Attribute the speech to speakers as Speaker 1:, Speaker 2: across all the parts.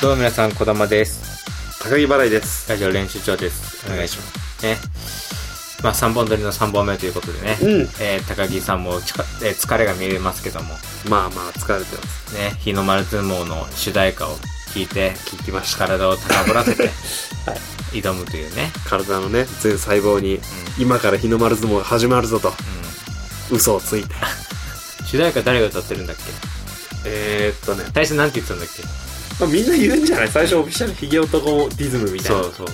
Speaker 1: どうも皆さん、こだまです。
Speaker 2: 高木払いです。
Speaker 1: ラジオ練習長です。お願いします。ね。まあ、3本撮りの3本目ということでね。
Speaker 2: うん。
Speaker 1: えー高木さんもちか、えー疲れが見えますけども、
Speaker 2: まあまあ、疲れてます。
Speaker 1: ね、日の丸相撲の主題歌を聞いて、
Speaker 2: 聞きました。
Speaker 1: 体を高ぶらせて、
Speaker 2: は
Speaker 1: 挑むというね。
Speaker 2: 体のね、全細胞に、今から日の丸相撲が始まるぞと、
Speaker 1: うん。
Speaker 2: 嘘をついて。
Speaker 1: 主題歌誰が歌ってるんだっけ
Speaker 2: えー、っとね、
Speaker 1: 大将なんて言ってたんだっけ
Speaker 2: まあ、みんな言うんじゃない最初オフィシャルヒゲ男ディズムみたいな
Speaker 1: そうそう。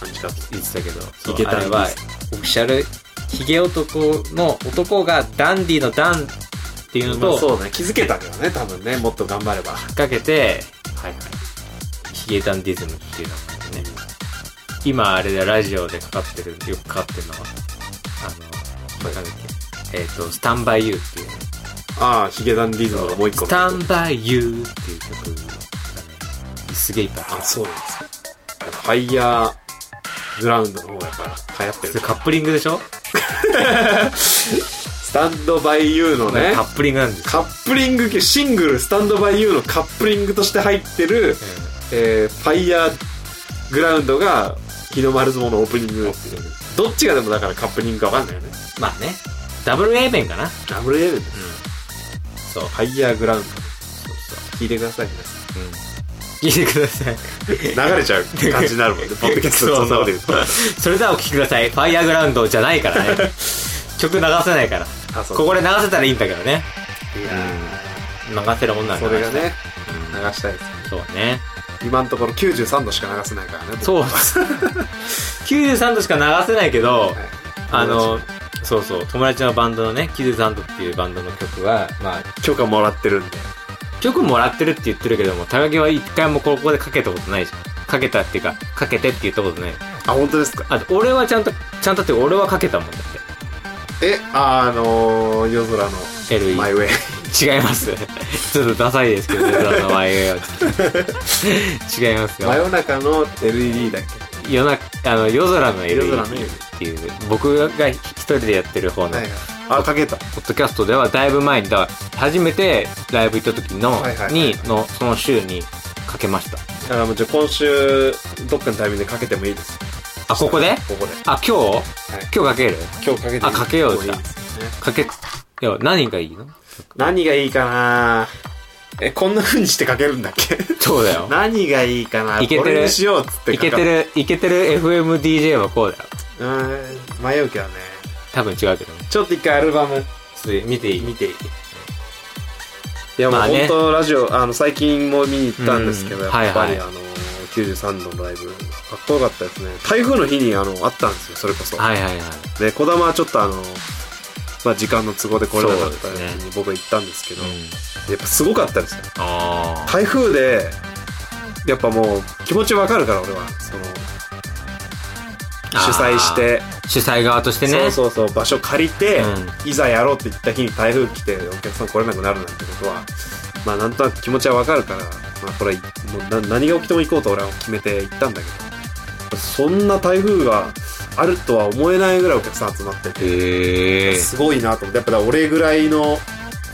Speaker 2: 感じだった。
Speaker 1: 言ってたけど。そう
Speaker 2: いけた
Speaker 1: あれは
Speaker 2: です、
Speaker 1: オフィシャル、ヒゲ男の男がダンディのダンっていうの
Speaker 2: ま
Speaker 1: と、
Speaker 2: あそうね、気づけたけどね、多分ね、もっと頑張れば。は
Speaker 1: かけて、
Speaker 2: いはい。
Speaker 1: ヒゲダンディズムっていうのがね、今あれでラジオでかかってる、よくかかってるのは、あの、なんだっけ、えっ、と、スタンバイユーっていうね、
Speaker 2: ああ、ヒゲダンディズムがもう一個。
Speaker 1: スタンバイユーっていう曲がね、すげえいっぱいあ
Speaker 2: あ、
Speaker 1: る
Speaker 2: そうなんですか。ファイヤーグラウンドの方がやっぱ流行って
Speaker 1: それ
Speaker 2: る。
Speaker 1: カップリングでしょ、
Speaker 2: スタンドバイユーのね
Speaker 1: カ、ップリングなんですよ。
Speaker 2: カップリング、シングル、スタンドバイユーのカップリングとして入ってる、えー、ファイヤーグラウンドが日の丸相撲のオープニングですよねどっちがでもだからカップリングか分かんないよね
Speaker 1: うんまあね、ダブル A 面かな。うん。
Speaker 2: ダブルエルフ
Speaker 1: そう。
Speaker 2: ァイヤーグラウンド
Speaker 1: そうそ
Speaker 2: 聞いてくださ いね
Speaker 1: う。うん。聞いてください。
Speaker 2: 流れちゃう感じにな るもんねポッドキャストでそんなこと言うと
Speaker 1: そうそうそれではお聞きください。ファイアーグラウンドじゃないからね。 曲流せないから。
Speaker 2: あそう
Speaker 1: ここで流せたらいいんだけどね。
Speaker 2: いや
Speaker 1: 流せるもんな
Speaker 2: ー
Speaker 1: ん
Speaker 2: そ
Speaker 1: だ
Speaker 2: れがね流
Speaker 1: 流
Speaker 2: したいです
Speaker 1: そうね。
Speaker 2: 今のところ93度しか流せないからね僕
Speaker 1: そう。93度しか流せないけど、
Speaker 2: はい
Speaker 1: あの
Speaker 2: 友、
Speaker 1: そうそう、友達のバンドのね、93度っていうバンドの曲は、まあ、
Speaker 2: 達許可もらってるんで
Speaker 1: 曲もらってるって言ってるけども、高木は一回もここでかけたことないじゃん。かけたっていうか、かけてって言ったことない。
Speaker 2: あ本当ですか
Speaker 1: あと、俺はちゃんと、ちゃんとっていうか俺はかけたもんだって。
Speaker 2: えあのー夜空の
Speaker 1: LE
Speaker 2: マイウ ェイ
Speaker 1: 違います。 ちょっとダサいですけど、ね、その前は違いますよ
Speaker 2: 真。夜中の LED だっけ
Speaker 1: 夜中、あの、夜空の
Speaker 2: 夜
Speaker 1: LED
Speaker 2: 空の LED
Speaker 1: っていう、僕が一人でやってる方の、
Speaker 2: はいはいあかけた
Speaker 1: ポッドキャストではだいぶ前に、だから初めてライブ行った時の、
Speaker 2: はいはいはい
Speaker 1: に、の、その週にかけました。
Speaker 2: だからもうじゃあ今週どっかのタイミングでかけてもいいです
Speaker 1: あ、ここで
Speaker 2: ここで
Speaker 1: あ、今日今日かける
Speaker 2: 今日かけていい
Speaker 1: あかけようじゃあ
Speaker 2: いいですね
Speaker 1: かけ、いや、何がいいの
Speaker 2: 何がいいかなえこんな風にしてかけるんだっ け
Speaker 1: そうだよ。
Speaker 2: 何がいいかない
Speaker 1: けてる
Speaker 2: これにしようっつって
Speaker 1: い
Speaker 2: かか
Speaker 1: けてる、いけてる FMDJ はこうだよ。
Speaker 2: うーん迷うけどね
Speaker 1: 多分違うけどね。
Speaker 2: ちょっと一回アルバム
Speaker 1: ちょっと見ていい
Speaker 2: 見ていいいやもう
Speaker 1: まあね
Speaker 2: 本当ラジオあの最近も見に行ったんですけ
Speaker 1: う
Speaker 2: ど
Speaker 1: ん
Speaker 2: やっぱり
Speaker 1: はい
Speaker 2: あの93度のライブかっこよかったですね台風の日にあのあったんですよそれこそ
Speaker 1: はいはいはい。
Speaker 2: で児玉はちょっとあの、まあ、時間の都合で来れなかっ
Speaker 1: そ
Speaker 2: た
Speaker 1: う
Speaker 2: 時
Speaker 1: です
Speaker 2: に僕は行ったんですけど
Speaker 1: うん
Speaker 2: やっぱすごかったですよ
Speaker 1: あ
Speaker 2: 台風でやっぱもう気持ちわかるから俺はその
Speaker 1: あ
Speaker 2: 主催して、
Speaker 1: ー主催側としてね
Speaker 2: そうそうそう場所借りて、
Speaker 1: う
Speaker 2: いざやろうって言った日に台風来てお客さん来れなくなるなんてことはまあなんとなく気持ちはわかるから、まあ、これもうな何が起きても行こうと俺は決めて行ったんだけどそんな台風があるとは思えないぐらいお客さん集まってて
Speaker 1: へえ
Speaker 2: すごいなと思ってやっぱだから俺ぐらいのフ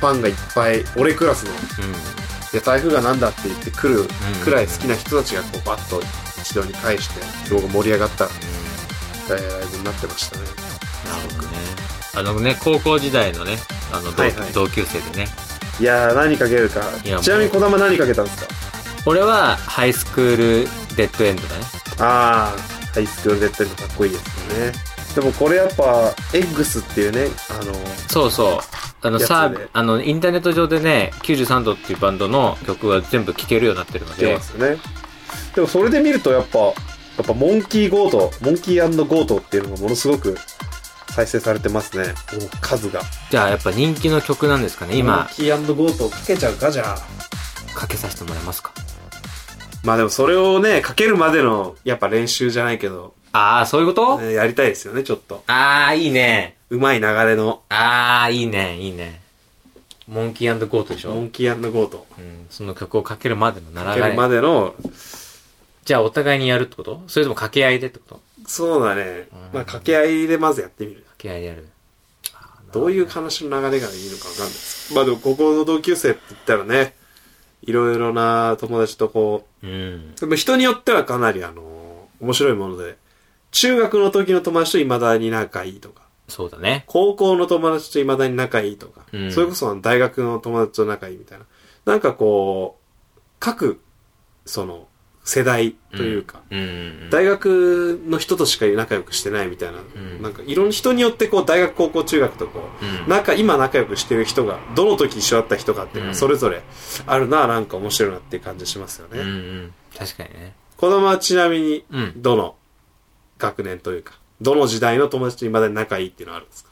Speaker 2: ァンがいっぱい俺クラスので台風がなんだって言って来るくらい好きな人たちがこうバッと一堂に返してすごく盛り上がったえーライブになってましたね
Speaker 1: なるほどねあのね高校時代のねあの同,、
Speaker 2: はいはい
Speaker 1: 同級生でね
Speaker 2: いやー何かけるか
Speaker 1: いやもう
Speaker 2: ちなみに児玉何かけたんですか
Speaker 1: 俺はハイスクールデッドエンドだね
Speaker 2: ああハイスクールデッドエンドかっこいいですよねでもこれやっぱ X っていうねあの
Speaker 1: そうそうあの
Speaker 2: やつ
Speaker 1: さ
Speaker 2: で
Speaker 1: あのインターネット上でね93度っていうバンドの曲は全部聴けるようになってるの
Speaker 2: 出
Speaker 1: で
Speaker 2: ますよねでもそれで見るとやっぱやっぱモンキーゴートモンキーゴートっていうのがものすごく再生されてますね数が
Speaker 1: じゃあやっぱ人気の曲なんですかね
Speaker 2: モン
Speaker 1: 今
Speaker 2: キーゴートをかけちゃうかじゃあ
Speaker 1: かけさせてもらえますか
Speaker 2: まあでもそれをねかけるまでのやっぱ練習じゃないけど、
Speaker 1: ああそういうこと、
Speaker 2: ねやりたいですよねちょっと
Speaker 1: ああいいね
Speaker 2: うまい流れの
Speaker 1: あー、いいね、いいね。モンキーゴートでしょ、
Speaker 2: モ
Speaker 1: う
Speaker 2: ンキーゴート
Speaker 1: ん、その曲をかけるまでの
Speaker 2: か
Speaker 1: 習
Speaker 2: ける
Speaker 1: い
Speaker 2: ま。での
Speaker 1: じゃあお互いにやるってことそれとも掛け合いでってこと
Speaker 2: そうだね
Speaker 1: うん。
Speaker 2: まあ、掛け合いでまずやってみる。
Speaker 1: 掛け合いでやる。
Speaker 2: どういう話の流れがいいのかわかんないです。まあでも、ここの同級生って言ったらね、いろいろな友達とこ
Speaker 1: うん。
Speaker 2: う、でも人によってはかなりあの、面白いもので、中学の時の友達と未だに仲いいとか、
Speaker 1: そうだね。
Speaker 2: 高校の友達と未だに仲いいとか、
Speaker 1: うん
Speaker 2: それこそあの大学の友達と仲いいみたいな。なんかこう、各、その、世代というか、
Speaker 1: うん。うん。
Speaker 2: 大学の人としか仲良くしてないみたいな、
Speaker 1: ん
Speaker 2: なんかいろんな人によってこう大学、高校、中学とこう、
Speaker 1: うん
Speaker 2: 仲、今仲良くしてる人が、どの時一緒だった人かっていうの
Speaker 1: うん
Speaker 2: はそれぞれあるな、なんか面白いなっていう感じしますよね。
Speaker 1: うんうん。確かにね。
Speaker 2: 子供はちなみに、
Speaker 1: うん。
Speaker 2: どの学年というか、どの時代の友達と未だに仲いいっていうのはあるんですか、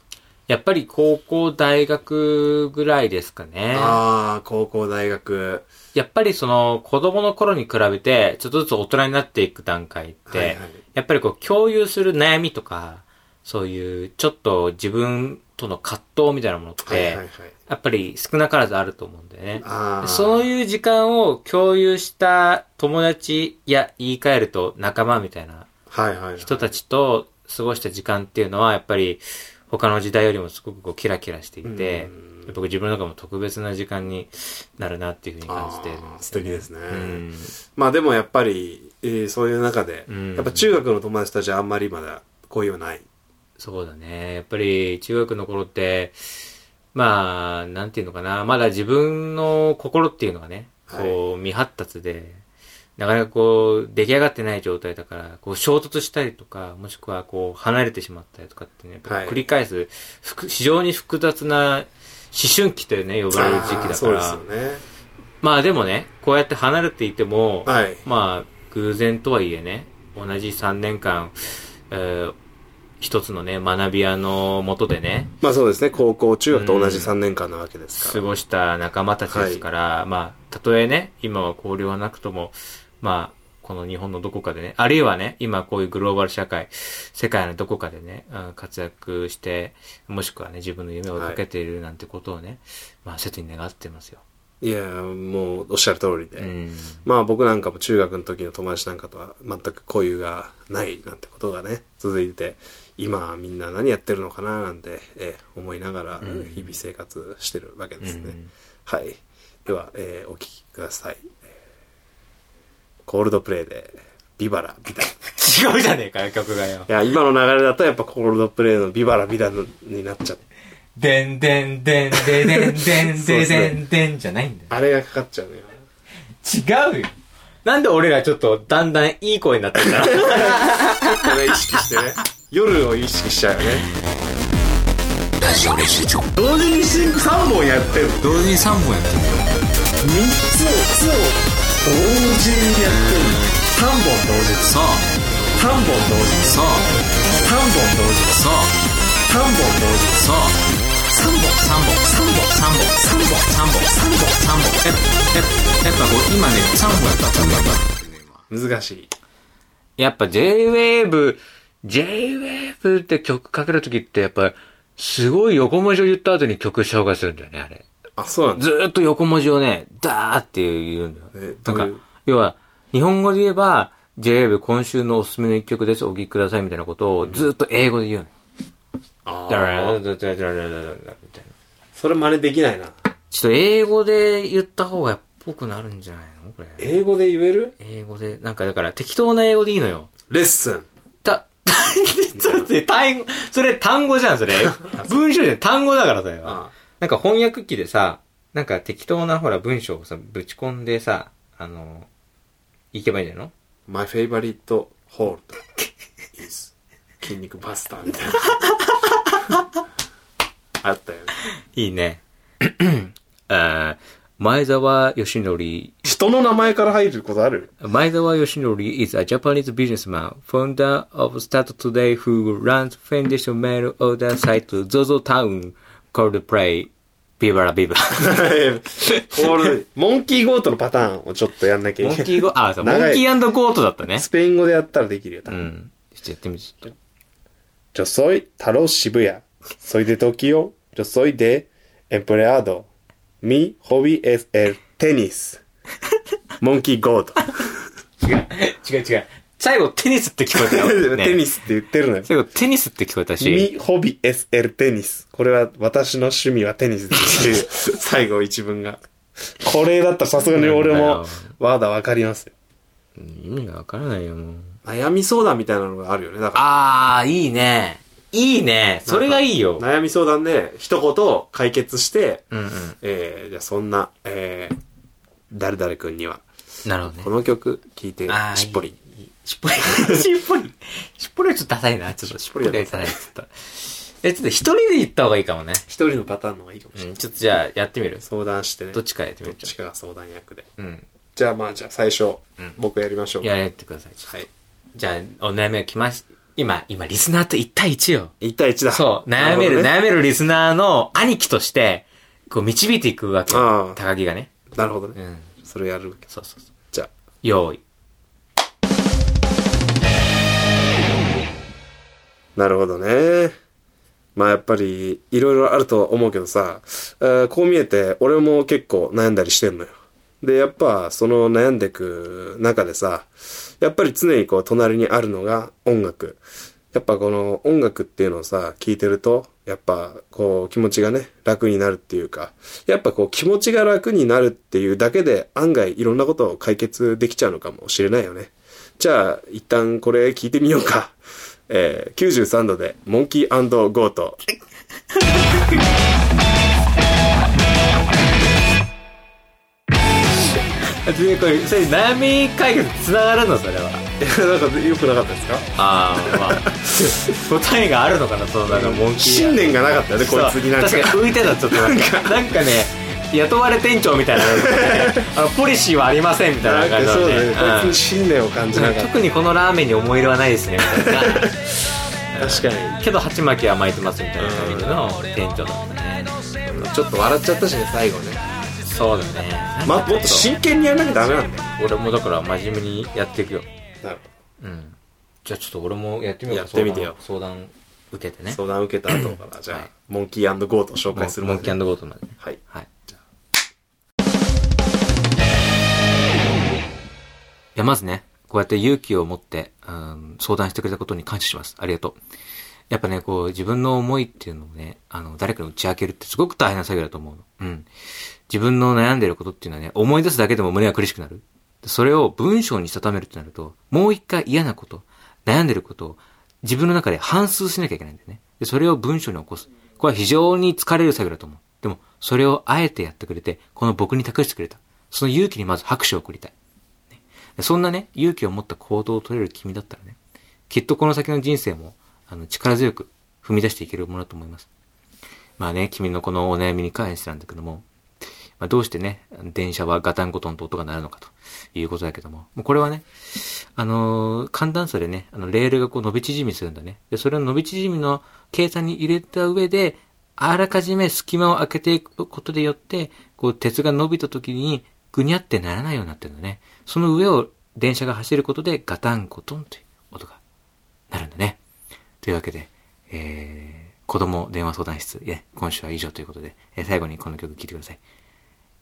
Speaker 1: やっぱり高校、大学ぐらいですかね。
Speaker 2: ああ、高校、大学。
Speaker 1: やっぱりその子供の頃に比べて、ちょっとずつ大人になっていく段階って、
Speaker 2: はいはい
Speaker 1: やっぱりこう共有する悩みとか、そういうちょっと自分との葛藤みたいなものって、
Speaker 2: はいはいはい。
Speaker 1: やっぱり少なからずあると思うんだよね。
Speaker 2: ああ。
Speaker 1: そう
Speaker 2: う。
Speaker 1: いう時間を共有した友達や言い換えると仲間みたいな
Speaker 2: はいはい、はい。
Speaker 1: 人たちと過ごした時間っていうのはやっぱり他の時代よりもすごくこうキラキラしていて
Speaker 2: うん、
Speaker 1: 僕自分の中も特別な時間になるなっていうふうに感じてるん
Speaker 2: あー
Speaker 1: で
Speaker 2: 素
Speaker 1: す
Speaker 2: 敵ですね。
Speaker 1: うん。
Speaker 2: まあでもやっぱり、えーそういう中で、
Speaker 1: うん
Speaker 2: やっぱ中学の友達たちはあんまりまだ交友はない。
Speaker 1: そうだね。やっぱり中学の頃って、まあ、なんていうのかな。まだ自分の心っていうのがね、こう、未発達で、なかなかこう、出来上がってない状態だから、こう、衝突したりとか、もしくはこう、離れてしまったりとかってね、やっぱり
Speaker 2: はい
Speaker 1: 繰り返す、ふく非常に複雑な思春期というね、呼ばれる時期
Speaker 2: あー
Speaker 1: だ
Speaker 2: そ
Speaker 1: か
Speaker 2: うです
Speaker 1: ら
Speaker 2: よ、ね。
Speaker 1: まあでもね、こうやって離れていても、
Speaker 2: はい。
Speaker 1: まあ、偶然とはいえね、同じ3年間、えー一つのね、学び屋のもとでね、
Speaker 2: まあそうですね。高校、中学と同じ3年間なわけですか
Speaker 1: 過
Speaker 2: ら。
Speaker 1: ごした仲間たちですから、まあ、たとえね、今は交流はなくとも、まあ、この日本のどこかでね、あるいはね、今こういうグローバル社会、世界のどこかでね、うん活躍して、もしくはね、自分の夢をかけているなんてことをね、まあ、切に願ってますよ。
Speaker 2: いやー、もうおっしゃる通りで。
Speaker 1: うん。
Speaker 2: まあ僕なんかも中学の時の友達なんかとは全く交友がないなんてことがね、続いて、今みんな何やってるのかななんて、えー思いながら
Speaker 1: うん
Speaker 2: 日々生活してるわけ
Speaker 1: う
Speaker 2: ですね。
Speaker 1: ん。
Speaker 2: はい。では、えーお聴きください。コールドプレイで、ビバラ、ビダ。い
Speaker 1: 違うじゃねえかよ、曲がよ。
Speaker 2: や、今の流れだとやっぱコールドプレイのビバラ、ビダになっちゃう。
Speaker 1: でんでんでんででんでんででんでんじゃないんだよ。
Speaker 2: あれがかかっちゃうのよ。
Speaker 1: 違うよ。なんで俺らちょっとだんだんいい声になってきた
Speaker 2: これ意識してね。夜を意識しちゃうよね。同時にシンク3本やってる。
Speaker 1: 同時に3本やってる。
Speaker 2: 3つを、同時にやってる。3本同時。
Speaker 1: そう、
Speaker 2: 3本同時。
Speaker 1: そう、
Speaker 2: 3本同時。
Speaker 1: そう、
Speaker 2: 3本同時。
Speaker 1: そう。3本、3本、3本、3本、3本、3本、3本、3本。やっぱ、やっぱこう、今ね、3本やった、3本やった。
Speaker 2: 難しい。
Speaker 1: やっぱ J-Wave、J-Wave って曲かけるときって、やっぱ、すごい横文字を言った後に曲紹介するんだよね、あれ。
Speaker 2: あ、そうなんだ。
Speaker 1: ずーっと横文字をね、ダーって言うんだよ。
Speaker 2: え
Speaker 1: な
Speaker 2: どういうん
Speaker 1: か、要は、日本語で言えば、JWAVE 今週のおすすめの一曲です、お聴きくださいみたいなことをずーっと英語で言うの。
Speaker 2: あ
Speaker 1: だか
Speaker 2: ー
Speaker 1: ら、だだだだだだだみたいな。
Speaker 2: それ真似できないな。
Speaker 1: ちょっと英語で言った方がっぽくなるんじゃないのこれ。
Speaker 2: 英語で言える
Speaker 1: 英語で、なんかだから適当な英語でいいのよ。
Speaker 2: レッスン。
Speaker 1: た、 それ、単語、それ単語じゃん、そ れ。文章じゃん、単語だからそれは。
Speaker 2: あ
Speaker 1: なんか翻訳機でさ、なんか適当なほら文章をさ、ぶち込んでさ、あの、いけばいいんじゃないの
Speaker 2: My favorite hold is 筋肉バスターみたいな。 あったよね。
Speaker 1: いい ね。あー前澤義則
Speaker 2: 人の名前から入ることあ る
Speaker 1: 前澤義則 is a Japanese businessman, founder of Start Today, who runs foundation mail order site ZOZO Town called Play. ビバラ ビバ
Speaker 2: コール、モンキーゴートのパターンをちょっとやんなきゃ
Speaker 1: ラ。
Speaker 2: い
Speaker 1: モン
Speaker 2: け
Speaker 1: キ
Speaker 2: ない。
Speaker 1: ーゴ、あ、そう、モン
Speaker 2: 長い
Speaker 1: キーゴートだったね
Speaker 2: ス。ペイン語でやったらできるよ。
Speaker 1: うん。ちょっとやってみて、ちょっと。
Speaker 2: Yo soy Taro Shibuya. Soy de Tokio. Yo soy de empleado. Mi hobby es el tenis. モンキー ゴート。
Speaker 1: 違う違う。最後テニスって聞こえた よ。ね
Speaker 2: テニスって言ってるのよ。
Speaker 1: 最後テニスって聞こえたし。
Speaker 2: み、ホビ、エス、エル、テニス。これは、私の趣味はテニスですっていう、最後一文が。これだったらさすがに俺
Speaker 1: なん
Speaker 2: も
Speaker 1: だよ、
Speaker 2: まだわかりますよ。
Speaker 1: 意味がわからないよ、もう。
Speaker 2: 悩み相談みたいなのがあるよね。だか
Speaker 1: あー、いいね。いいね。それがいいよ。
Speaker 2: ら、悩み相談で一言解決して、
Speaker 1: うんうん。
Speaker 2: えー、じゃあそんな、えー、誰々君には、
Speaker 1: なるほどね
Speaker 2: こ。の曲聴いて
Speaker 1: あー、
Speaker 2: しっぽり。
Speaker 1: しっぽり、 しっぽり、しっぽりはちょっとダサいな。ちょっとしっぽりはダサい。ちょっと。え、ちょっと一人で行った方がいいかもね。
Speaker 2: 一人のパターンの方がいいかもしれ
Speaker 1: うん、ちょっとじゃあやってみる
Speaker 2: ない。相談してね。
Speaker 1: ど
Speaker 2: ど
Speaker 1: っちかやってみ
Speaker 2: っ
Speaker 1: るじ
Speaker 2: ちかが相談役で。
Speaker 1: ゃん。うん。
Speaker 2: じゃあまあ、じゃあ最初、僕やりましょう。
Speaker 1: やれてください。
Speaker 2: はい。
Speaker 1: じゃあ、お悩みが来まし、今、今、リスナーと1対1よ。
Speaker 2: 1対1 だ。
Speaker 1: そう、悩める、
Speaker 2: な
Speaker 1: 悩めるリスナーの兄貴として、こう導いていくわけよ。
Speaker 2: ああ
Speaker 1: 高木がね。
Speaker 2: なるほど
Speaker 1: う
Speaker 2: ね。
Speaker 1: ん。
Speaker 2: それやるわけ。
Speaker 1: そうそうそう。
Speaker 2: じゃあ、
Speaker 1: 用意。
Speaker 2: なるほどね。まあやっぱり、いろいろあるとは思うけどさ、えーこう見えて、俺も結構悩んだりしてんのよ。で、やっぱ、その悩んでく中でさ、やっぱり常にこう、隣にあるのが音楽。やっぱこの音楽っていうのをさ、聞いてると、やっぱこう気持ちがね、楽になるっていうか、やっぱこう気持ちが楽になるっていうだけで案外いろんなことを解決できちゃうのかもしれないよね。じゃあ、一旦これ聞いてみようか。 えー、93度で、モンキーゴート。
Speaker 1: で、これ、それ悩み解決つながるのそれは。
Speaker 2: えなんか良くなかったですか
Speaker 1: ああ、まあ。 答えがあるのかな、そのなんか、モンキー。
Speaker 2: 信念がなかったよね、こいつになんか。
Speaker 1: そう確かに浮いてたちょっとなんかなんかね雇われ店長み たいなのがねあのポリシーはありませんみた
Speaker 2: ないん
Speaker 1: な感
Speaker 2: か
Speaker 1: じだ
Speaker 2: そう
Speaker 1: ね
Speaker 2: だね、こいつ
Speaker 1: うん
Speaker 2: に信念を感じなかっ
Speaker 1: 特にこのラーメンに思い入れはないですねみたいな
Speaker 2: た。確かに。
Speaker 1: けど鉢巻きは巻いてますみたいな感じの店長だったね
Speaker 2: ちょっと笑っちゃったしね、最後ね。
Speaker 1: そうだね
Speaker 2: ま、もっと真剣にやらなきゃダメなんだよ。
Speaker 1: 俺もだから真面目にやっていくよ
Speaker 2: なる
Speaker 1: うんじゃあちょっと俺もやってみようか
Speaker 2: やってみてよ
Speaker 1: 相談相談受けてね
Speaker 2: 相談受けた後から、じゃあ、
Speaker 1: はい
Speaker 2: モンキーゴート紹
Speaker 1: モン
Speaker 2: 介するま
Speaker 1: モンキ
Speaker 2: で。
Speaker 1: ーゴートまでね
Speaker 2: はい。
Speaker 1: はい
Speaker 2: じゃあ
Speaker 1: いや、まずね、こうやって勇気を持って、うん、相談してくれたことに感謝します。ありがとう。やっぱね、こう、自分の思いっていうのをね、あの、誰かに打ち明けるってすごく大変な作業だと思うの。うん。自分の悩んでることっていうのはね、思い出すだけでも胸が苦しくなる。でそれを文章にしたためるってなると、もう一回嫌なこと、悩んでることを自分の中で反数しなきゃいけないんだよね。で、それを文章に起こす。これは非常に疲れる作業だと思う。でも、それをあえてやってくれて、この僕に託してくれた。その勇気にまず拍手を送りたい。そんなね、勇気を持った行動を取れる君だったらね、きっとこの先の人生も、あの、力強く踏み出していけるものだと思います。まあね、君のこのお悩みに関してなんだけども、まあ、どうしてね、電車はガタンゴトンと音が鳴るのかということだけども、もうこれはね、あのー寒暖差でね、あの、レールがこう伸び縮みするんだね。で、それを伸び縮みの計算に入れた上で、あらかじめ隙間を開けていくことでよって、こう、鉄が伸びた時に、ぐにゃってならないようになってるんだね。その上を電車が走ることで、ガタンゴトンという音がなるんだね。というわけで、えー、子供電話相談室、いや、今週は以上ということで、えー最後にこの曲聴いてください。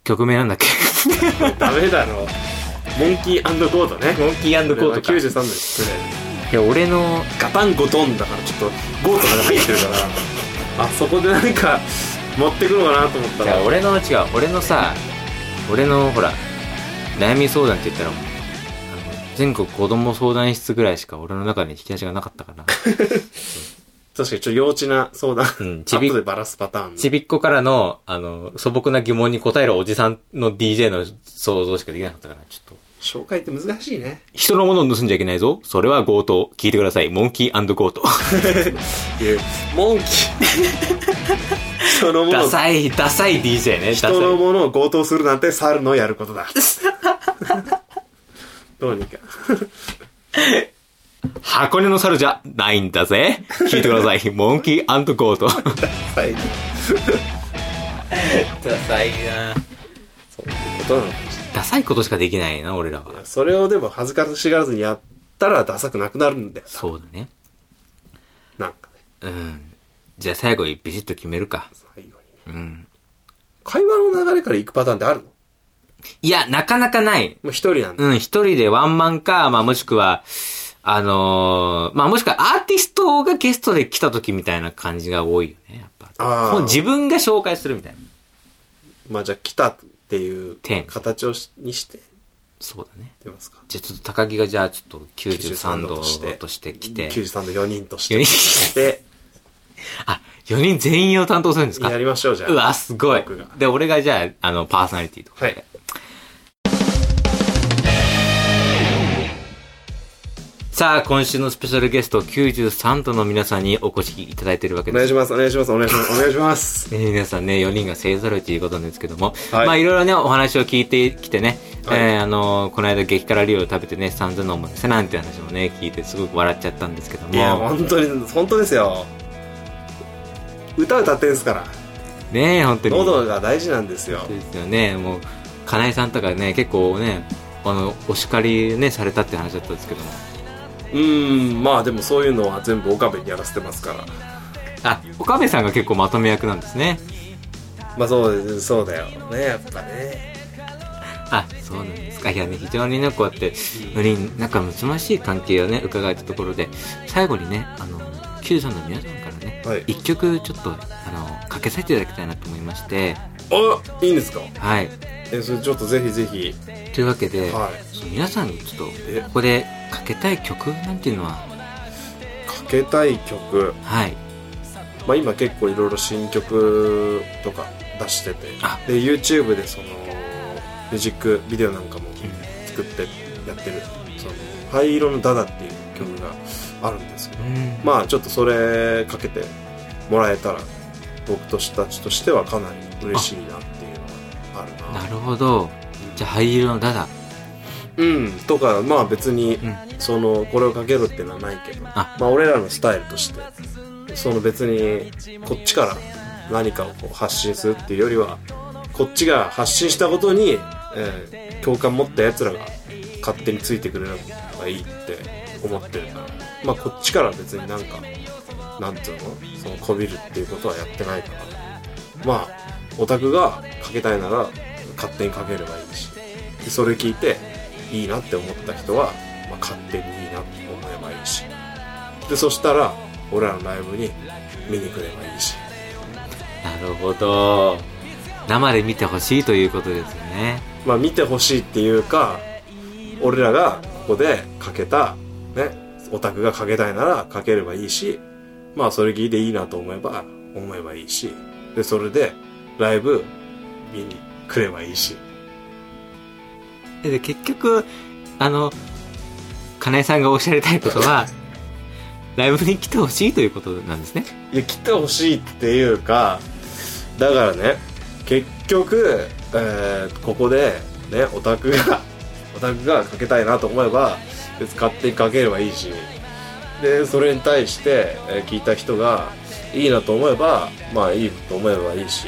Speaker 1: 曲名なんだっけ
Speaker 2: ダメだろ。モンキーゴートね。
Speaker 1: モンキーゴートか
Speaker 2: 93度です。失礼
Speaker 1: いや、俺の、
Speaker 2: ガタンゴトンだからちょっとゴートが入ってるから あそこで何か持ってくのかなと思った
Speaker 1: じゃ
Speaker 2: ら
Speaker 1: あ俺の違う俺のさ俺のほら悩み相談って言ったらもうあの全国子供相談室ぐらいしか俺の中に引き出しがなかったから
Speaker 2: 確かにちょっと幼稚な相談、
Speaker 1: うんちび
Speaker 2: 後でバラすパターン
Speaker 1: ちびっこからのあの素朴な疑問に答えるおじさんの DJ の想像しかできなかったからちょっと
Speaker 2: 紹介って難しいね
Speaker 1: 人のものを盗んじゃいけないぞそれは強盗聞いてくださいモンキー強盗
Speaker 2: っていうモンキーそのもの
Speaker 1: ダサいダサい DJ ねダサい
Speaker 2: 人のものを強盗するなんて猿のやること だどうにか
Speaker 1: 箱根の猿じゃないんだぜ聞いてくださ いモンキー強盗
Speaker 2: はい
Speaker 1: ダサいな
Speaker 2: そういうことなのかもしれ
Speaker 1: ダサいことしかできないな俺らは
Speaker 2: ないそれをでも恥ずかしがらずにやったらダサくなくなるんだよ
Speaker 1: そうだね。
Speaker 2: なんか
Speaker 1: う
Speaker 2: ね
Speaker 1: ん。じゃあ最後にビシッと決めるか。
Speaker 2: 最後にね
Speaker 1: うん。
Speaker 2: 会話の流れから行くパターンってあるの
Speaker 1: いや、なかなかない。
Speaker 2: もう一人なんだ
Speaker 1: うん、一人でワンマンか、まあもしくは、あのーまあもしくはアーティストがゲストで来た時みたいな感じが多いよね、やっぱ。
Speaker 2: あー
Speaker 1: もう自分が紹介するみたいな。
Speaker 2: まあじゃあ来たっていう
Speaker 1: 天
Speaker 2: 形をしにして
Speaker 1: そうだね。
Speaker 2: 出ますか
Speaker 1: じゃあちょっと高木がじゃあちょっと93
Speaker 2: 93
Speaker 1: 度
Speaker 2: 度として
Speaker 1: としてきて、
Speaker 2: 93の4人とし
Speaker 1: 4人
Speaker 2: てして
Speaker 1: あ、4人全員を担当するんですか
Speaker 2: やりましょうじゃあ
Speaker 1: うわ、すごい
Speaker 2: 僕が。
Speaker 1: で、俺がじゃあ、あの、パーソナリティとか。
Speaker 2: はい
Speaker 1: さあ、今週のスペシャルゲスト93度の皆さんにお越しいただいているわけ
Speaker 2: お
Speaker 1: です
Speaker 2: 願いしますお願いしますお願いしますお願いします
Speaker 1: ね、皆さんね、4人が勢ぞろいということなんですけども、
Speaker 2: はい
Speaker 1: まあいろいろね、お話を聞いてきてね、
Speaker 2: はい
Speaker 1: えーあのーこの間激辛料理を食べてね、散々な思いしたなんて話もね、聞いてすごく笑っちゃったんですけども、
Speaker 2: いや本当に本当ですよ歌歌ってんすから
Speaker 1: ねえ、本当に。
Speaker 2: 喉が大事なんですよ
Speaker 1: そうですよね、もう、かなえさんとかね、結構ね、あの、お叱りね、されたって話だったんですけども、
Speaker 2: うーんまあでもそういうのは全部岡部にやらせてますから
Speaker 1: あ、岡部さんが結構まとめ役なんですね。
Speaker 2: まあそうですそうだよねやっぱね
Speaker 1: あ、そうなんですか。いやね、非常にね、こうやって、無理に、なんか睦ましい関係をね、伺えたところで、最後にね、あの、Q さんの皆さんからね、
Speaker 2: はい
Speaker 1: 一曲ちょっと、あの、かけさせていただきたいなと思いまして、
Speaker 2: あいいんですか
Speaker 1: はい。
Speaker 2: えそれちょっとぜひぜひ
Speaker 1: というわけで、
Speaker 2: は
Speaker 1: その皆さんにちょっ
Speaker 2: え
Speaker 1: と、ここでかけたい曲なんていうのは、
Speaker 2: いかけたい曲
Speaker 1: はい。
Speaker 2: まあ今結構いろいろ新曲とか出してて
Speaker 1: あ
Speaker 2: で YouTube でそのミュージックビデオなんかも作ってやってるその灰色のダダっていう曲があるんですけど
Speaker 1: うん
Speaker 2: まあちょっとそれかけてもらえたら僕としたちとしてはかなり嬉しいなっていうのがあるな
Speaker 1: なるほど。じゃあ、灰色のダダ。
Speaker 2: うんとかまあ別に
Speaker 1: うん。
Speaker 2: そのこれをかけるっていうのはないけど
Speaker 1: あ
Speaker 2: まあ俺らのスタイルとしてその別にこっちから何かをこう発信するっていうよりはこっちが発信したことに、えー共感持った奴らが勝手についてくれればいいって思ってるからまあこっちから別になんかなんていうのそのこびるっていうことはやってないからまあオタクがかけたいなら勝手にかければいいしでそれ聞いていいなって思った人は、まあ、勝手にいいなって思えばいいしでそしたら俺らのライブに見に来ればいいし
Speaker 1: なるほど。生で見てほしいということですよね。
Speaker 2: まあ見てほしいっていうか俺らがここでかけたねオタクがかけたいならかければいいしまあそれ聞いていいなと思えば思えばいいしでそれでライブ見に来ればいいし
Speaker 1: でで結局あの金井さんがおっしゃりたいこと はライブに来てほしいということなんですね
Speaker 2: いや来てほしいっていうかだからね結局、えーここでねオタクが オタクがかけたいなと思えば別に勝手にかければいいしでそれに対して、えー聞いた人がいいなと思えばまあいいと思えばいいし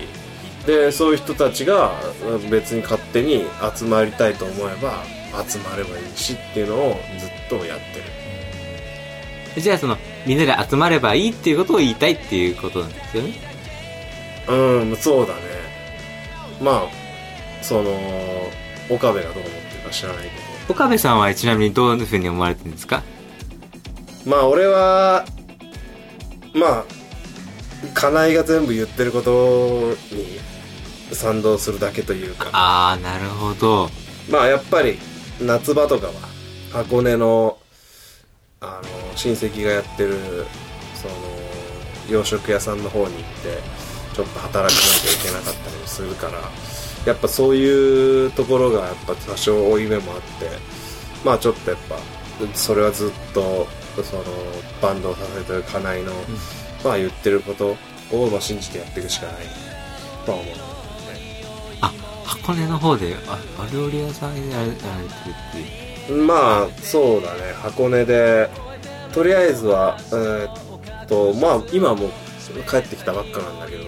Speaker 2: でそういう人たちがうん別に勝手に集まりたいと思えば集まればいいしっていうのをずっとやってる
Speaker 1: じゃあそのみんなで集まればいいっていうことを言いたいっていうことなんですよね
Speaker 2: うんそうだねまあその岡部がどう思ってるか知らないけ
Speaker 1: 岡部さんはちなみにどういうふうに思われてるんですか
Speaker 2: どまあ俺はまあ金井が全部言ってることに賛同するだけというか
Speaker 1: ああなるほど
Speaker 2: まあやっぱり夏場とかは箱根のあの親戚がやってるその洋食屋さんの方に行ってちょっと働かなきゃいけなかったりもするからやっぱそういうところがやっぱ多少負い目もあってまあちょっとやっぱそれはずっとそのバンドを支えてる金井の、まあ言ってることをまあ信じてやっていくしかないとは思う。
Speaker 1: あ箱根の方でああ料理屋さんでやられてるっていう
Speaker 2: まあそうだね箱根でとりあえずはえーっとまあ今はもう帰ってきたばっかなんだけど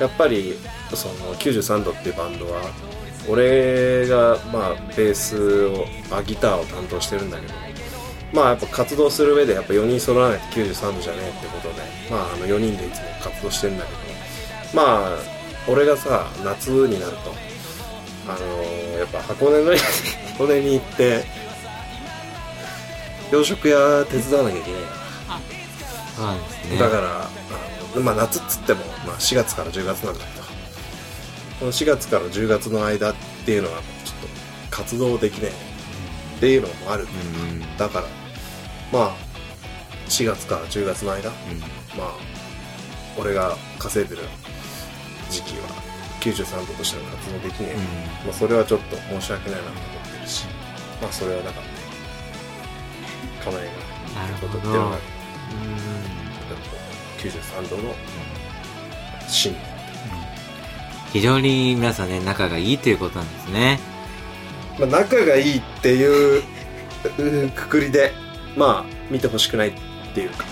Speaker 2: やっぱりその93度っていうバンドは俺がまあベースをあギターを担当してるんだけどまあやっぱ活動する上でやっぱ4人揃わないと93度じゃねえってことでまああの4人でいつも活動してるんだけどまあ俺がさ夏になるとあのーやっぱ箱根の箱根に行って洋食屋手伝わなきゃいけないから
Speaker 1: そうなんですね
Speaker 2: だから、あのまあ、夏っつっても、まあ、4月から10月なんだけど、この4月から10月の間っていうのはちょっと活動できないっていうのもある、
Speaker 1: うんうん
Speaker 2: だからまあ4月から10月の間まあ俺が稼いでる時期は93度としての活動できねえ、まあ、それはちょっと申し訳ないなと思ってるしまあそれはだから構え
Speaker 1: なる
Speaker 2: がこ
Speaker 1: ほ
Speaker 2: とっていう
Speaker 1: ど
Speaker 2: のが
Speaker 1: うん
Speaker 2: 93度の真理
Speaker 1: 非常に皆さんね仲がいいということなんですね
Speaker 2: まあ、仲がいいっていううんくくりでまあ見てほしくないっていうか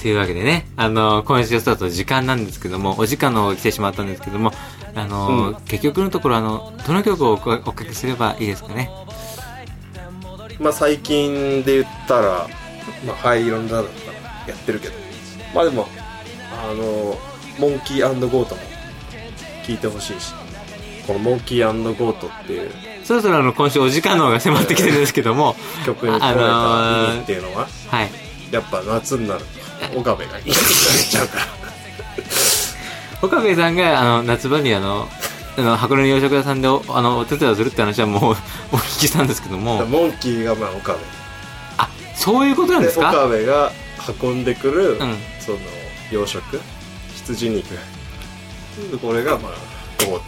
Speaker 1: というわけでね、あの、今週スタート時間なんですけども、お時間の方が来てしまったんですけども、あの、
Speaker 2: うん
Speaker 1: 結局のところ、あの、どの曲をおかおかけすればいいですかね。
Speaker 2: まあ最近で言ったらまあ灰色のダダとかやってるけどまあでもあのモンキーゴートも聞いてほしいしこのモンキーゴートっていう
Speaker 1: そろそろあの、今週お時間の方が迫ってきてるんですけど も、
Speaker 2: 曲に込め
Speaker 1: ああの
Speaker 2: た
Speaker 1: ー
Speaker 2: 意味っていうのは
Speaker 1: はい。
Speaker 2: やっぱ夏になると岡部がいいって言っちゃうから
Speaker 1: 岡部さんが、あの、夏場にあの、あの箱根の洋食屋さんでおあのお手伝いをするって話はもう お聞きしたんですけども
Speaker 2: モンキーがまあ岡部
Speaker 1: あそういうことなん
Speaker 2: で
Speaker 1: ですか
Speaker 2: 岡部が運んでくる、
Speaker 1: うん
Speaker 2: その養殖羊肉これがまあゴート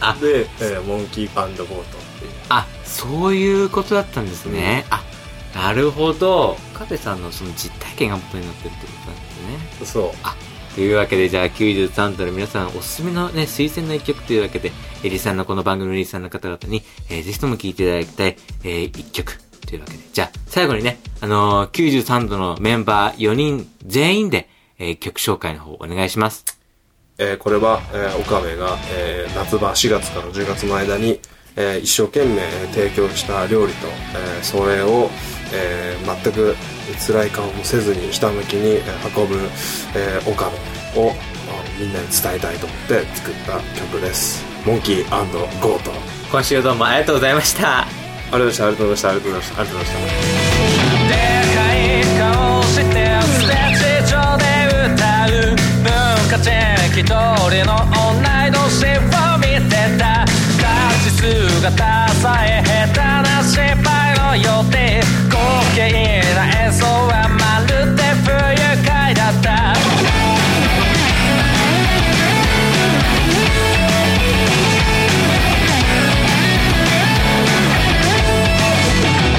Speaker 1: あ
Speaker 2: で、えーモンキーゴートっていう
Speaker 1: あそういうことだったんですね、あなるほど岡部さんのその実体験が元になってるってことなんですね
Speaker 2: そう
Speaker 1: というわけで、じゃあ93度の皆さんおすすめのね、推薦の一曲というわけで、えりさんのこの番組のリスナーの方々に、えーぜひとも聴いていただきたい、えー一曲というわけで。じゃあ、最後にね、あのー93度のメンバー4人全員で、えー曲紹介の方お願いします。
Speaker 2: えーこれは、えー岡部が、えー夏場4月から10月の間に、えー一生懸命えー提供した料理と、えーそれを、えー全く辛い顔もせずに下向きにえー運ぶ、えー岡部を、まあみんなに伝えたいと思って作った曲ですモンキーゴート
Speaker 1: 今週どうもありがとうございました。
Speaker 2: ありがとうございましたありがとうございましたありがとうございましたありがとうございました
Speaker 3: でかい顔してステージ上で歌う文化人一人の同い年を見てた立ち姿さえ下手な失敗の予定滑稽な演奏はまるで不愉快だった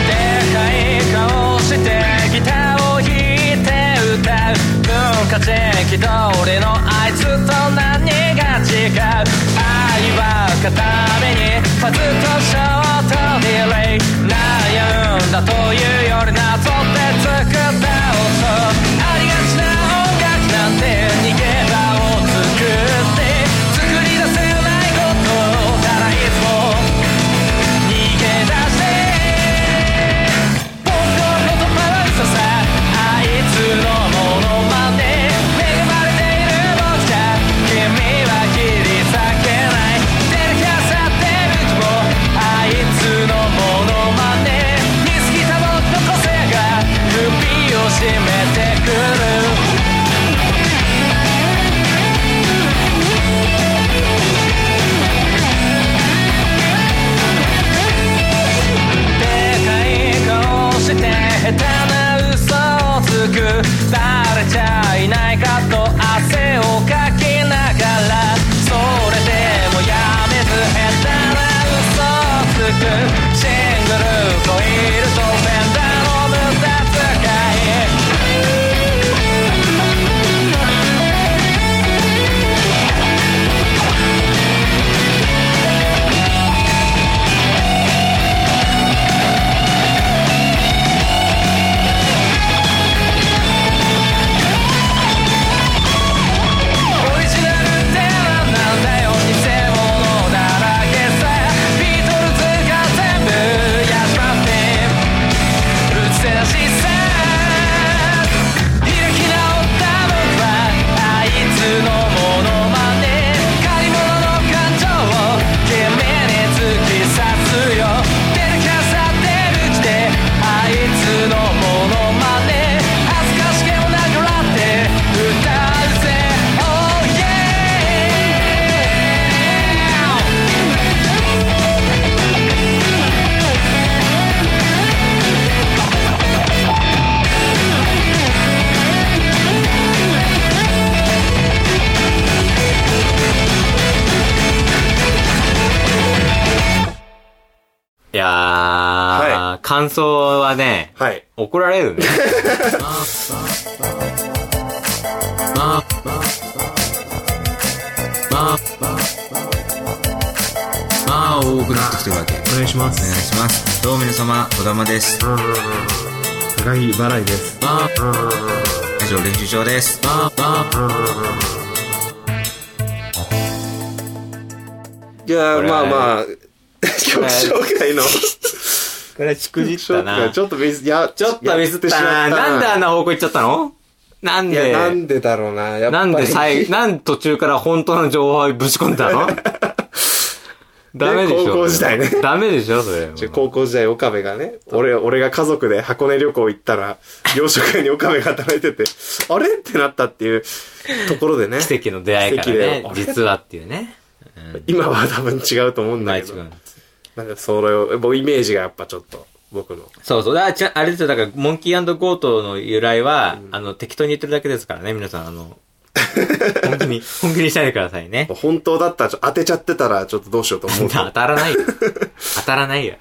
Speaker 3: でかい顔してギターを弾いて歌う文化人気通りのあいつと何が違う愛は片目にパズとショートディレイ悩んだというより謎で作った音ありがちな音楽なんて逃げ場を作って作り出せないことならいつも逃げ出して心とパラリサさあいつのものまで恵まれている僕じゃ君は切り裂けない照れかさってるもあいつのものまで見過ぎた僕の個性が首を絞めてく
Speaker 1: 感想はね、
Speaker 2: はい。
Speaker 1: 怒られるね。
Speaker 4: まあ多くなってきてるわけお願いしますお願いしますどうも皆様小玉です高木払いです以上練習場です
Speaker 2: いや
Speaker 1: こ
Speaker 2: ー、
Speaker 1: れは
Speaker 2: まあ
Speaker 1: ね
Speaker 2: まあ、曲紹介の、
Speaker 1: これはしくじっ
Speaker 2: 紹介、ちょっとミス、いや、ちょ
Speaker 1: ち
Speaker 2: っ
Speaker 1: ょっとミスったな。なんであんな方向行っちゃったのなん
Speaker 2: いや、なん
Speaker 1: で、
Speaker 2: でだろうな。やっぱ
Speaker 1: な
Speaker 2: り
Speaker 1: んで最後、なんで途中から本当の情報をぶち込んだのダメでしょ。
Speaker 2: 高校時代ね
Speaker 1: ダメでしょ、それ。
Speaker 2: ちょ高校時代、岡部がね、俺、俺が家族で箱根旅行行ったら、洋食屋に岡部が働いてて、あれってなったっていうところでね、
Speaker 1: 奇跡の出会いから
Speaker 2: 奇
Speaker 1: ね
Speaker 2: 跡だよ、
Speaker 1: 実はっていうね。
Speaker 2: 今は多分違うと思うんだ
Speaker 1: 毎
Speaker 2: け
Speaker 1: 日
Speaker 2: ど、
Speaker 1: 君。
Speaker 2: なんかそれを、僕イメージがやっぱちょっと、僕の。
Speaker 1: そうそう。だからちゃあれですよ、だから、モンキーゴートの由来は、あの、適当に言ってるだけですからね、皆さん、あ の、本気に、本気にしないでくださいね。
Speaker 2: 本当だったらちょ当てちゃってたらちょっとどうしようと思う
Speaker 1: 当。たらないよ。当たらないよ。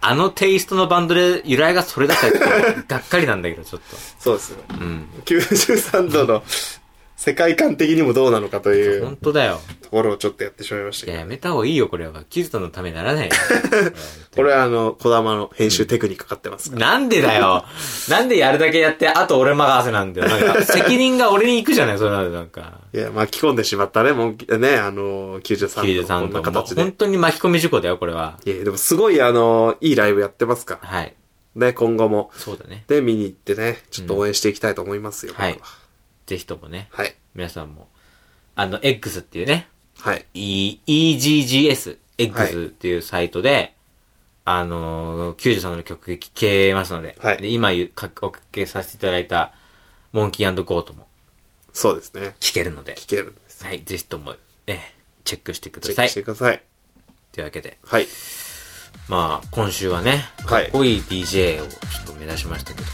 Speaker 1: あのテイストのバンドで由来がそれだったらちょっと、がっかりなんだけど、ちょっ
Speaker 2: そうですよ。
Speaker 1: と。うん。
Speaker 2: 93度の世界観的にもどうなのかとい
Speaker 1: 本
Speaker 2: う
Speaker 1: 当だよ。
Speaker 2: ところをちょっとやってしまいました
Speaker 1: い
Speaker 2: け
Speaker 1: や、
Speaker 2: ど。
Speaker 1: やめた方がいいよ、これは。キズトのためにならないよ。
Speaker 2: これはあの、小玉の編集テクニックかかってますから。
Speaker 1: なんでだよ。なんでやるだけやって、あと俺任せなんだよ。なんか、責任が俺に行くじゃない、それなのなんか。
Speaker 2: いや、巻き込んでしまったね、もう、ね、あの、93度。こ
Speaker 1: 93
Speaker 2: ん
Speaker 1: と
Speaker 2: な
Speaker 1: もう
Speaker 2: 形で
Speaker 1: 本。当に巻き込み事故だよ、これは。
Speaker 2: いや、でもすごいあの、いいライブやってますから。
Speaker 1: はい。
Speaker 2: ね、今後も。
Speaker 1: そうだね。
Speaker 2: で、見に行ってね、ちょっと応援していきたいと思いますよ。
Speaker 1: うんはい
Speaker 2: 僕は
Speaker 1: ぜひともね、
Speaker 2: はい。
Speaker 1: 皆さんも、あの、X っていうね、
Speaker 2: はい。
Speaker 1: E- EGGS、
Speaker 2: はい
Speaker 1: X っていうサイトで、あのー、93の曲聴けますので、
Speaker 2: はい
Speaker 1: で今言うかおかけさせていただいた、モンキーゴートも
Speaker 2: そうですね。
Speaker 1: 聴けるので、
Speaker 2: 聞けるんです。
Speaker 1: はい、ぜひとも、え、チェックしてくだ
Speaker 2: チェッ
Speaker 1: さ
Speaker 2: ク
Speaker 1: い。
Speaker 2: してください。
Speaker 1: というわけで、
Speaker 2: はい。
Speaker 1: まあ、今週はね、か
Speaker 2: はい
Speaker 1: っこいい DJ をちょっと目指しましたけど、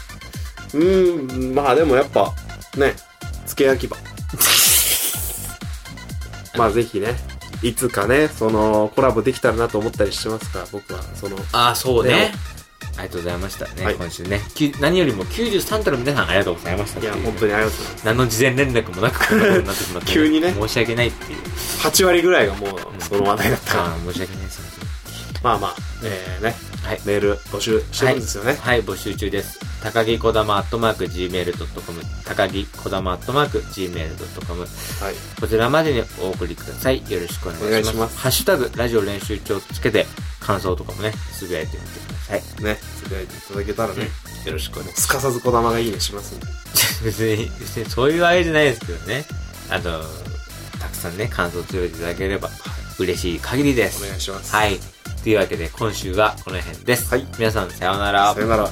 Speaker 2: うーん、まあでもやっぱ、ね、付け 焼き場。まあぜひね、いつかね、その、コラボできたらなと思ったりしてますから、僕は、その、
Speaker 1: ああ、そうね
Speaker 2: ね。
Speaker 1: ありがとうございましたね、
Speaker 2: はい
Speaker 1: 今週ね。きゅ何よりも93との皆さんありがとうございましたっ
Speaker 2: い
Speaker 1: てう
Speaker 2: や、本当にありがとうございます。
Speaker 1: 何の事前連絡もなくこんなことになってしまって
Speaker 2: 急にね
Speaker 1: 申し訳ないっていう。
Speaker 2: 8割ぐらいがもう、その話題だったから。
Speaker 1: あー申し訳ないです。
Speaker 2: まあまあ、えー、ね、
Speaker 1: はい。
Speaker 2: メール募集してるんですよね。
Speaker 1: はい、募集中です。高木こだまアットマーク gmail.com 高木こだまアットマーク gmail.com
Speaker 2: はい。
Speaker 1: こちらまでにお送りください。よろしくお願いします。
Speaker 2: お願いします
Speaker 1: ハッシュタグ、ラジオ練習帳つけて、感想とかもね、つぶやいてみてください。
Speaker 2: ね、つぶやいていただけたらね、
Speaker 1: よろしくお願いします
Speaker 2: かさずこだまがいいねしますんで。
Speaker 1: す。 別に、別にそういうあれじゃないですけどね。あの、たくさんね、感想をつぶやいていただければ嬉しい限りです。
Speaker 2: お願いします。
Speaker 1: はい。というわけで、今週はこの辺です。
Speaker 2: はい
Speaker 1: 皆さん、さようなら
Speaker 2: さ。よなら。